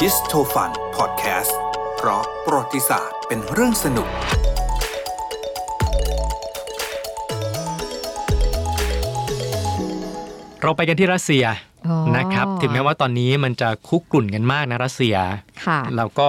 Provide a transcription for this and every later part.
ดิสโทฟันพอดแคสต์เพราะประวัติศาสตร์เป็นเรื่องสนุก เราไปกันที่รัสเซีย อ๋อ นะครับ ถึงแม้ว่าตอนนี้มันจะคุกกลุ่นกันมากนะรัสเซีย ค่ะ เราก็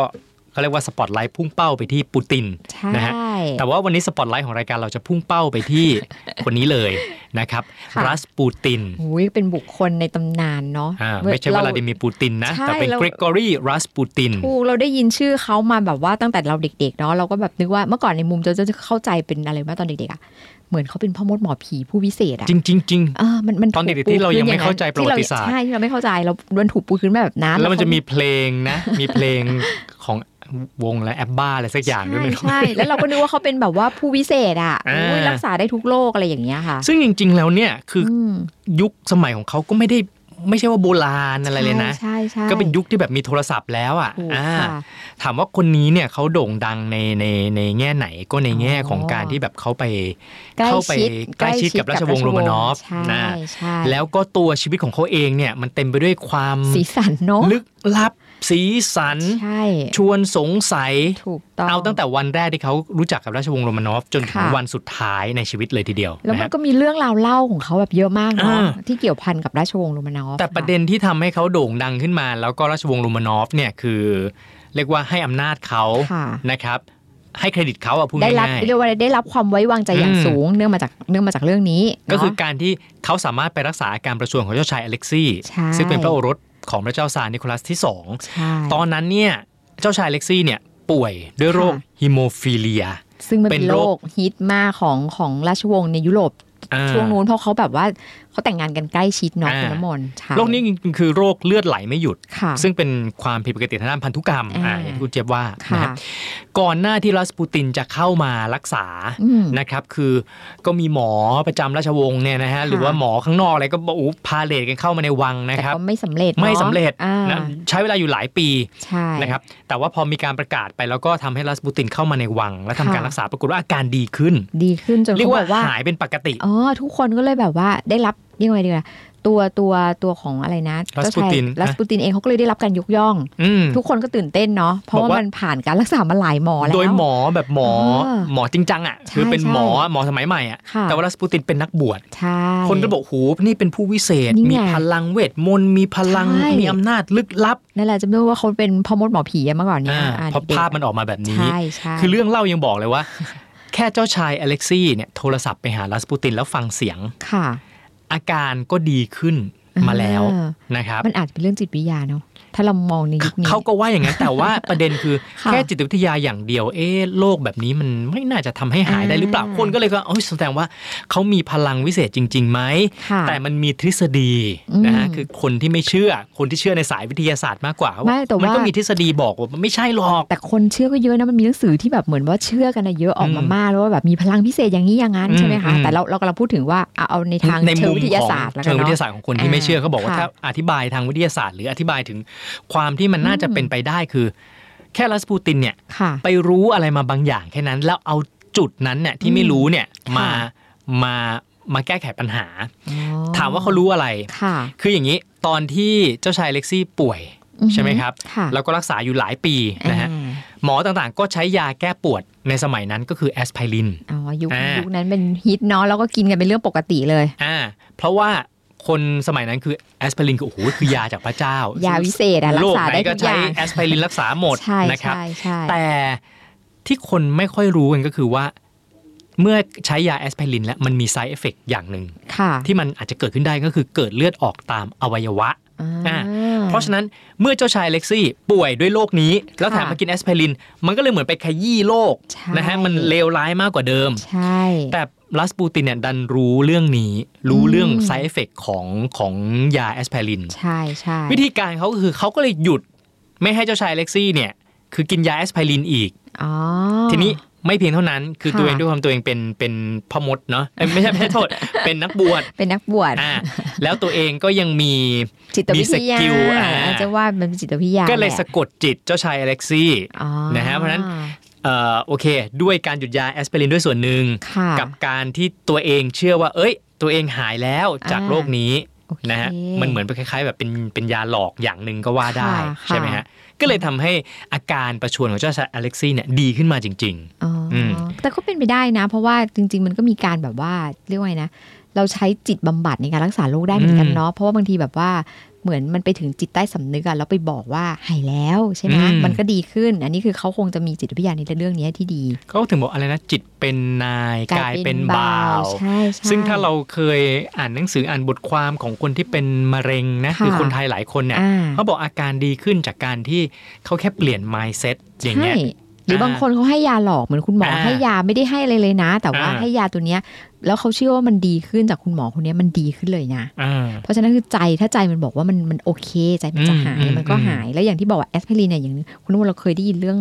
เขาเรียกว่าสปอตไลท์พุ่งเป้าไปที่ปูติน ใช่ นะฮะแต่ว่าวันนี้สปอตไลท์ของรายการเราจะพุ่งเป้าไปที่ คนนี้เลยนะครับ ค่ะ รัสปูติน อุ้ยเป็นบุคคลในตำนานเนาะ อ่า เว้ย ไม่ใช่วลา เร ดิมีร์ปูตินนะ ใช่ แต่เป็น เรา เกรกอรีรัสปูติน ถูกเราได้ยินชื่อเขามาแบบว่าตั้งแต่เราเด็ก ๆ เนาะเราก็แบบนึกว่าเมื่อก่อนในมุมเราจะเข้าใจเป็นอะไรว่าตอนเด็กๆอะเหมือนเขาเป็นพ่อมดหมอผีผู้วิเศษอะ จริงจริงจริง เออมันมัน ตอนเด็กๆที่เรายังไม่เข้าใจประวัติศาสตร์ ใช่ที่เราไม่เข้าใจเราโดนถูกปูขึ้นมาแบบนั้น แล้วมันจะมี เ เพลงนะ มีเพลงของวงและแอปบ้าอะไรสักอย่างด้วย ใช่ ไม่รู้ ใช่แล้วเราก็นึกว่าเขาเป็นแบบว่าผู้วิเศษอะ อ่า อุ๊ยรักษาได้ทุกโรคอะไรอย่างเงี้ยค่ะ ซึ่งจริง ๆ แล้วเนี่ยคืออ อืม ยุคสมัยของเขาก็ไม่ได้ไม่ใช่ว่าโบราณอะไรเลยนะ ใช่ใช่ ก็เป็นยุคที่แบบมีโทรศัพท์แล้วอ่ะ ถูก อ่า ค่ะ ถามว่าคนนี้เนี่ยเขาโด่งดังในในในแง่ไหนก็ในแง่ของ อ๋อ การที่แบบเขาไป ใกล้ เข้าไป ชิด ใกล้ชิดกับราชวงศ์โรมานอฟ ใช่ นะ ใช่ แล้วก็ตัวชีวิตของเขาเองเนี่ยมันเต็มไปด้วยความ สีสันเนาะ ลึกลับ สีสัน ใช่ ชวนสงสัย ถูกต้อง เอาตั้งแต่วันแรกที่เขารู้จักกับราชวงศ์โรมานอฟจนถึง ค่ะ วันสุดท้ายในชีวิตเลยทีเดียว แล้ว นะ มั ฮะ นก็มีเรื่องราวเล่าของเขาแบบเยอะมากเนาะ อ่า ที่เกี่ยวพันกับราชวงศ์โรมานอฟ แต่ประเด็นที่ทำให้เขาโด่งดังขึ้นมา แล้วก็ราชวงศ์โรมานอฟเนี่ยคือ เรียกว่าให้อำนาจเขา ค่ะ นะครับ ให้เครดิตเขาอะพูด ได้รับง่าย เรียกว่าได้รับความไว้วางใจอย่าง อืม สูง เนื่องมาจากเนื่องมาจากเรื่องนี้ ๆก็คือ เนาะ การที่เขาสามารถไปรักษาอาการประชวรของเจ้าชายอเล็กซี่ ใช่ ซึ่งเป็นพระโอรสของพระเจ้าซาร์นิโคลัสที่ 2 ใช่ ตอนนั้นเนี่ยเจ้าชายอเล็กซี่เนี่ยป่วยด้วยโรคฮิโมฟิเลีย ซึ่งมัน เป็ เป็น น โร โร ค คฮิตมากของของราชวงศ์ในยุโรป อ่า ช่วงนู้นเพราะเขาแบบว่าเขาแต่งงานกันใกล้ชิดเนาะ อ่า คุณน้ำมนต์ใช่ โรคนี้คือโรคเลือดไหลไม่หยุด ค่ะ ซึ่งเป็นความผิดปกติทางด้านพันธุกรรมอ่า อ่า อย่างที่คุณเจี๊ยบว่านะ ค่ะ ครับ ก่อนหน้าที่รัสปูตินจะเข้ามารักษา อืม นะครับคือก็มีหมอประจำราชวงศ์เนี่ยนะฮะหรือว่าหมอข้างนอกอะไรก็บอกอู้พาเลทกันเข้ามาในวังนะ แต่ ครับ ก็ไม่สำเร็จนอะ ไม่สำเร็จ อ่า นะใช้เวลาอยู่หลายปี ใช่ นะครับแต่ว่าพอมีการประกาศไปแล้วก็ทำให้รัสปูตินเข้ามาในวัง และทำการรักษาปรากฏว่าอาการดีขึ้น ดีขึ้นจน เรีย เขา ก บ ว่า อกว่า หายเป็นปกติ อ๋อทุกคนก็เลยแบบว่าได้รับเรียกว่าไงดีนะตัวตัวตัวของอะไรนะ รัสปูติน รัสปูตินเองเขาก็เลยได้รับการยกย่อง อืม ทุกคนก็ตื่นเต้นเนาะเพราะ บอก ว่า ว่ามั มันผ่านการรักษามาหลายหมอแล้ว โดยหมอแบบหมอ เออ หมอจริงจังอ่ะ ใช่ คือเป็น ใช่ หมอหมอสมัยใหม่อ่ะ ค่ะ แต่ว่ารัสปูตินเป็นนักบวช ใช่ คนก็บอกโหนี่เป็นผู้วิเศษ นี่ไง มีพลังเวทมนต์มีพลัง ใช่ มีอำนาจลึกลับ นั่นแหละจำได้ว่าเขาเป็นพ่อมดหมอผีอะเมื่อก่อนเนี่ย อ่า อ่ เพราะ เด็กๆ ภาพมันออกมาแบบนี้ ใช่ใช่ คือเรื่องเล่ายังบอกเลยว่า แค่เจ้าชายอเล็กซี่เนี่ยโทรศัพท์ไปหารัสปูตินแล้วฟังเสียง ค่ะ อาการก็ดีขึ้นมาแล้ว อ่า นะครับ มันอาจเป็นเรื่องจิตวิทยาเนาะถ้าเรามองในยุคนี้ เขาก็ว่าอย่างนั้น แต่ว่าประเด็นคือ ค่ะ แค่จิตวิทยาอย่างเดียวเอ๊ะโรคแบบนี้มันไม่น่าจะทำให้หายได้หรือเปล่า อ่า คนก็เลยก็เอ้ยแสดงว่าเขามีพลังวิเศษจริงๆไหม ค่ะ แต่มันมีทฤษฎี อืม นะฮะคือคนที่ไม่เชื่อ คนที่เชื่อในสายวิทยาศาสตร์มากกว่า ไม่แต่ น ว่ามั ก็มีทฤษฎีบอกว่ามันไม่ใช่หรอก แต่คนเชื่อก็เยอะนะมันมีหนังสือที่แบบเหมือนว่าเชื่อกันนะเยอะออกมา อืม มากแล้วว่าแบบมีพลังพิเศษอย่างนี้อย่างนั้นใช่ไหมคะ อืมอืม แต่เราเรากำลังพูดถึงว่าเอาเอาในทาง ใน เชิ มุ ง ม วิท ข ยา อง ศาสตร์แล้วกั เชิ น งวิ เนาะ ทยาศาสตร์ของคนที่ไม่เชื่อเขาบอกว่า ค่ะ ถ้าอธิบายทางวิทยาศาสตร์ หรืออธิบายถึงความที่มันน่าจะ อืม เป็นไปได้คือ แค่รัสปูตินเนี่ย ค่ะ ไปรู้อะไรมาบางอย่างแค่นั้น แล้วเอาจุดนั้นเนี่ยที่ไม่รู้เนี่ย ค่ะ มามามาแก้ไขปัญหา ถามว่าเขารู้อะไร ค่ะ คืออย่างนี้ตอนที่เจ้าชายอเล็กซี่ป่วย ใช่ไหมครับ ค่ะ แล้วก็รักษาอยู่หลายปีนะฮะ อ่า หมอต่างๆ ก็ใช้ยาแก้ปวดในสมัยนั้นก็คือแอสไพริน อ๋อยุค อ่ายุ ยุคนั้นเป็นฮิตเนาะแล้วก็กินกันเป็นเรื่องปกติเลย อ่า เพราะว่าคนสมัยนั้นคือแอสไพรินคือโอ้โหคือยาจากพระเจ้าย าวิเศษอะรั โร ก ค ษา ไหน ได้ ก็ ทุกอ ใช้ ย่าง แอสไพรินรักษาหมด ใช่ นะครับ ใช่ใช่ แต่ที่คนไม่ค่อยรู้กันก็คือว่า เมื่อใช้ยาแอสไพรินแล้วมันมี side effect อย่างหนึ่ง ค่ะ ที่มันอาจจะเกิดขึ้นได้ก็คือเกิดเลือดออกตามอวัยวะ อ่า เพราะฉะนั้นเมื่อเจ้าชายอเล็กซี่ป่วยด้วยโรคนี้ แล้วแถม ค่ะ มากินแอสไพริน มันก็เลยเหมือนไปขยี้โรค ใช่ นะฮะมันเลวร้ายมากกว่าเดิม ใช่ แต่รัสปูตินเนี่ยดันรู้เรื่องนี้ รู้เรื่อง side effect ของของยาแอสไพริน ใช่ใช่ วิธีการเขาก็คือเขาก็เลยหยุดไม่ให้เจ้าชายอเล็กซี่เนี่ย คือกินยาแอสไพรินอีก อ๋อ ทีนี้ไม่เพียงเท่านั้นคือ ค่ะ ตัวเองด้วยความตัวเองเป็นเป็นพ่อมดเนาะเอ้ยไม่ใช่ไม่ใช่โท ษ เป็นนักบวช เป็นนักบวช อ่าแล้วตัวเองก็ยังมี จิตวิทยา มีสกิลอ่า อาจจะว่ามันเป็นจิตวิทยา ก็เลย แหะ สะกดจิตเจ้าชายอเล็กซี่ อ๋อ นะฮะเพราะฉะนั้น เอ่อโอเค ด้วยการหยุดยาแอสไพรินด้วยส่วนหนึ่ง ค่ะ กับการที่ตัวเองเชื่อว่า เอ้ย ตัวเองหายแล้วจาก อ่า โรคนี้ โอเค นะฮะมันเหมือนเป็นคล้ายๆ แบบเป็นเป็นยาหลอกอย่างหนึ่งก็ว่าได้ ค่ะ ใช่ไหมฮะ ค่ะ ก็เลยทำให้อาการประชวนของเจ้าชายอเล็กซี่เนี่ยดีขึ้นมาจริง อ๋ออ ม แต่ก็เป็นไปได้นะ เพราะว่าจริง ๆ มันก็มีการแบบว่าเรียกว่าไงนะ เราใช้จิตบำบัดในการรักษาโรคได้เหมือนกันเนาะเพราะว่าบางทีแบบว่าเหมือนมันไปถึงจิตใต้สำนึกอะแล้วไปบอกว่าหายแล้วใช่ไหมมันก็ดีขึ้น อันนี้คือเขาคงจะมีจิตวิทยาในเรื่องนี้ที่ดี ๆเขาถึงบอกอะไรนะจิตเป็นนายกายเป็นบ่าว ใช่ใช่ ซึ่งถ้าเราเคยอ่านหนังสืออ่านบทความของคนที่เป็นมะเร็งนะคือ ค่ะ คนไทยหลายคนเนี่ย อ่า เขาบอกอาการดีขึ้นจากการที่เขาแค่เปลี่ยน mindset อย่างเงี้ย ใช่หรือบางคนเขาให้ยาหลอกเหมือนคุณหมออาให้ยาไม่ได้ให้อะไรเลยนะ แต่ว่า อ่า ให้ยาตัวเนี้ย แล้วเขาเชื่อว่ามันดีขึ้นจากคุณหมอคนเนี้ยมันดีขึ้นเลยนะ อ่า เพราะฉะนั้นคือใจถ้าใจมันบอกว่ามันมันโอเค ใจมันจะหาย อืมอืม มันก็ อืม หายแล้วอย่างที่บอกว่าแอสไพรินเนี่ยอย่างหนึงคุณนุ่มเราเคยได้ยินเรื่อง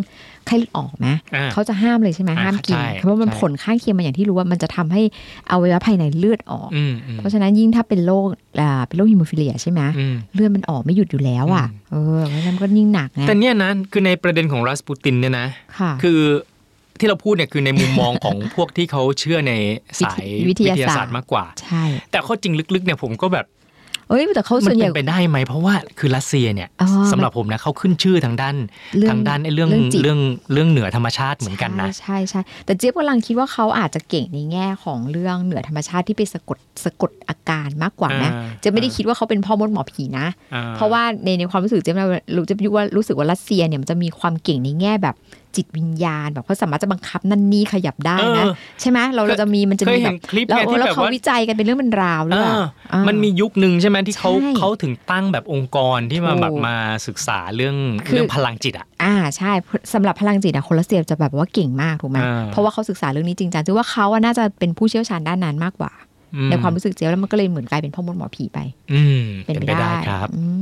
ไข้เลือดออกไหม อ่า เขาจะห้ามเลยใช่ไหม อ่า ห้ามกิน ใช่ เพราะว่ามัน ใช่ ผลข้างเคียงมาอย่างที่รู้ว่ามันจะทำให้อวัยวะภายในเลือดออก อืมอืม เพราะฉะนั้นยิ่งถ้าเป็นโรคอ่าเป็นโรคฮิโมฟิเลียใช่ไหม อืม เลือดมันออกไม่หยุดอยู่แล้วอ่ะเออเพราะฉะนั้นก็ยิ่งหนักไง แต่เนี่ยนะคือในประเด็นของรัสปูตินเนี่ยนะ ค่ะ คือที่เราพูดเนี่ยคือในมุมมอง ของพวกที่เขาเชื่อในสาย วิ วิ ท ท ยาศาสตร์ ยาศาสตร์มากกว่า ใช่ แต่ข้อจริงลึกๆเนี่ยผมก็แบบ เอ้ยแต่เขา มั ส่วน น ให เป็ ญ่ นไปได้ไหมเพราะว่าคือรัสเซียเนี่ย อ๋อมัน สำหรับผมนะเขาขึ้นชื่อทางด้าน เรื่อง ทางด้านไอ้เรื่อง เรื่องจิต เรื่องเรื่องเหนือธรรมชาติเหมือนกันนะ ใช่ใช่ใช่แต่เจี๊ยบกำลังคิดว่าเขาอาจจะเก่งในแง่ของเรื่องเหนือธรรมชาติที่ไปสะกดสะกดอาการมากกว่านะ อ่า เจะไม่ได้คิดว่าเขาเป็นพ่อมดหมอผีนะ อ่ เพราะว่าในในความรู้สึกเจ๊ยบเรารู้จะยุว่ารู้สึกว่ารัสเซียเนี่ยมันจะมีความเก่งในแง่แบบจิตวิญญาณแบบเขาสามารถจะบังคับนั่นนี่ขยับได้ เอ นะ อ ใช่ไหมเรา เคย เราจะมีมันจะ เคยมีแบ เห็น บ คลิป แล้ว เนี่ยที่ แล้ว แบบ เขา ว่า วิจัยกันเป็นเรื่องเป็นราวหรือเปล่า อ่า อ่า มันมียุคหนึ่งใช่ไหมที่เขา ใช่ เขาถึงตั้งแบบองค์กรที่มา ถูก แบบมาศึกษาเรื่อง คือ เรื่องพลังจิตอ่ะ อ่าใช่สำหรับพลังจิตอะคนรัสเซียจะแบบว่าเก่งมากถูกไหม อ่า เพราะว่าเขาศึกษาเรื่องนี้จริงจังจึงว่าเขาอะน่าจะเป็นผู้เชี่ยวชาญด้านนั้นมากกว่า อื ในความรู้สึกเจ๊แล้วมันก็เลยเหมือนกลายเป็นพ่อมดหมอผีไป อืม เป็ เป็นน ไป ไปได้ ได้ ครับ อืม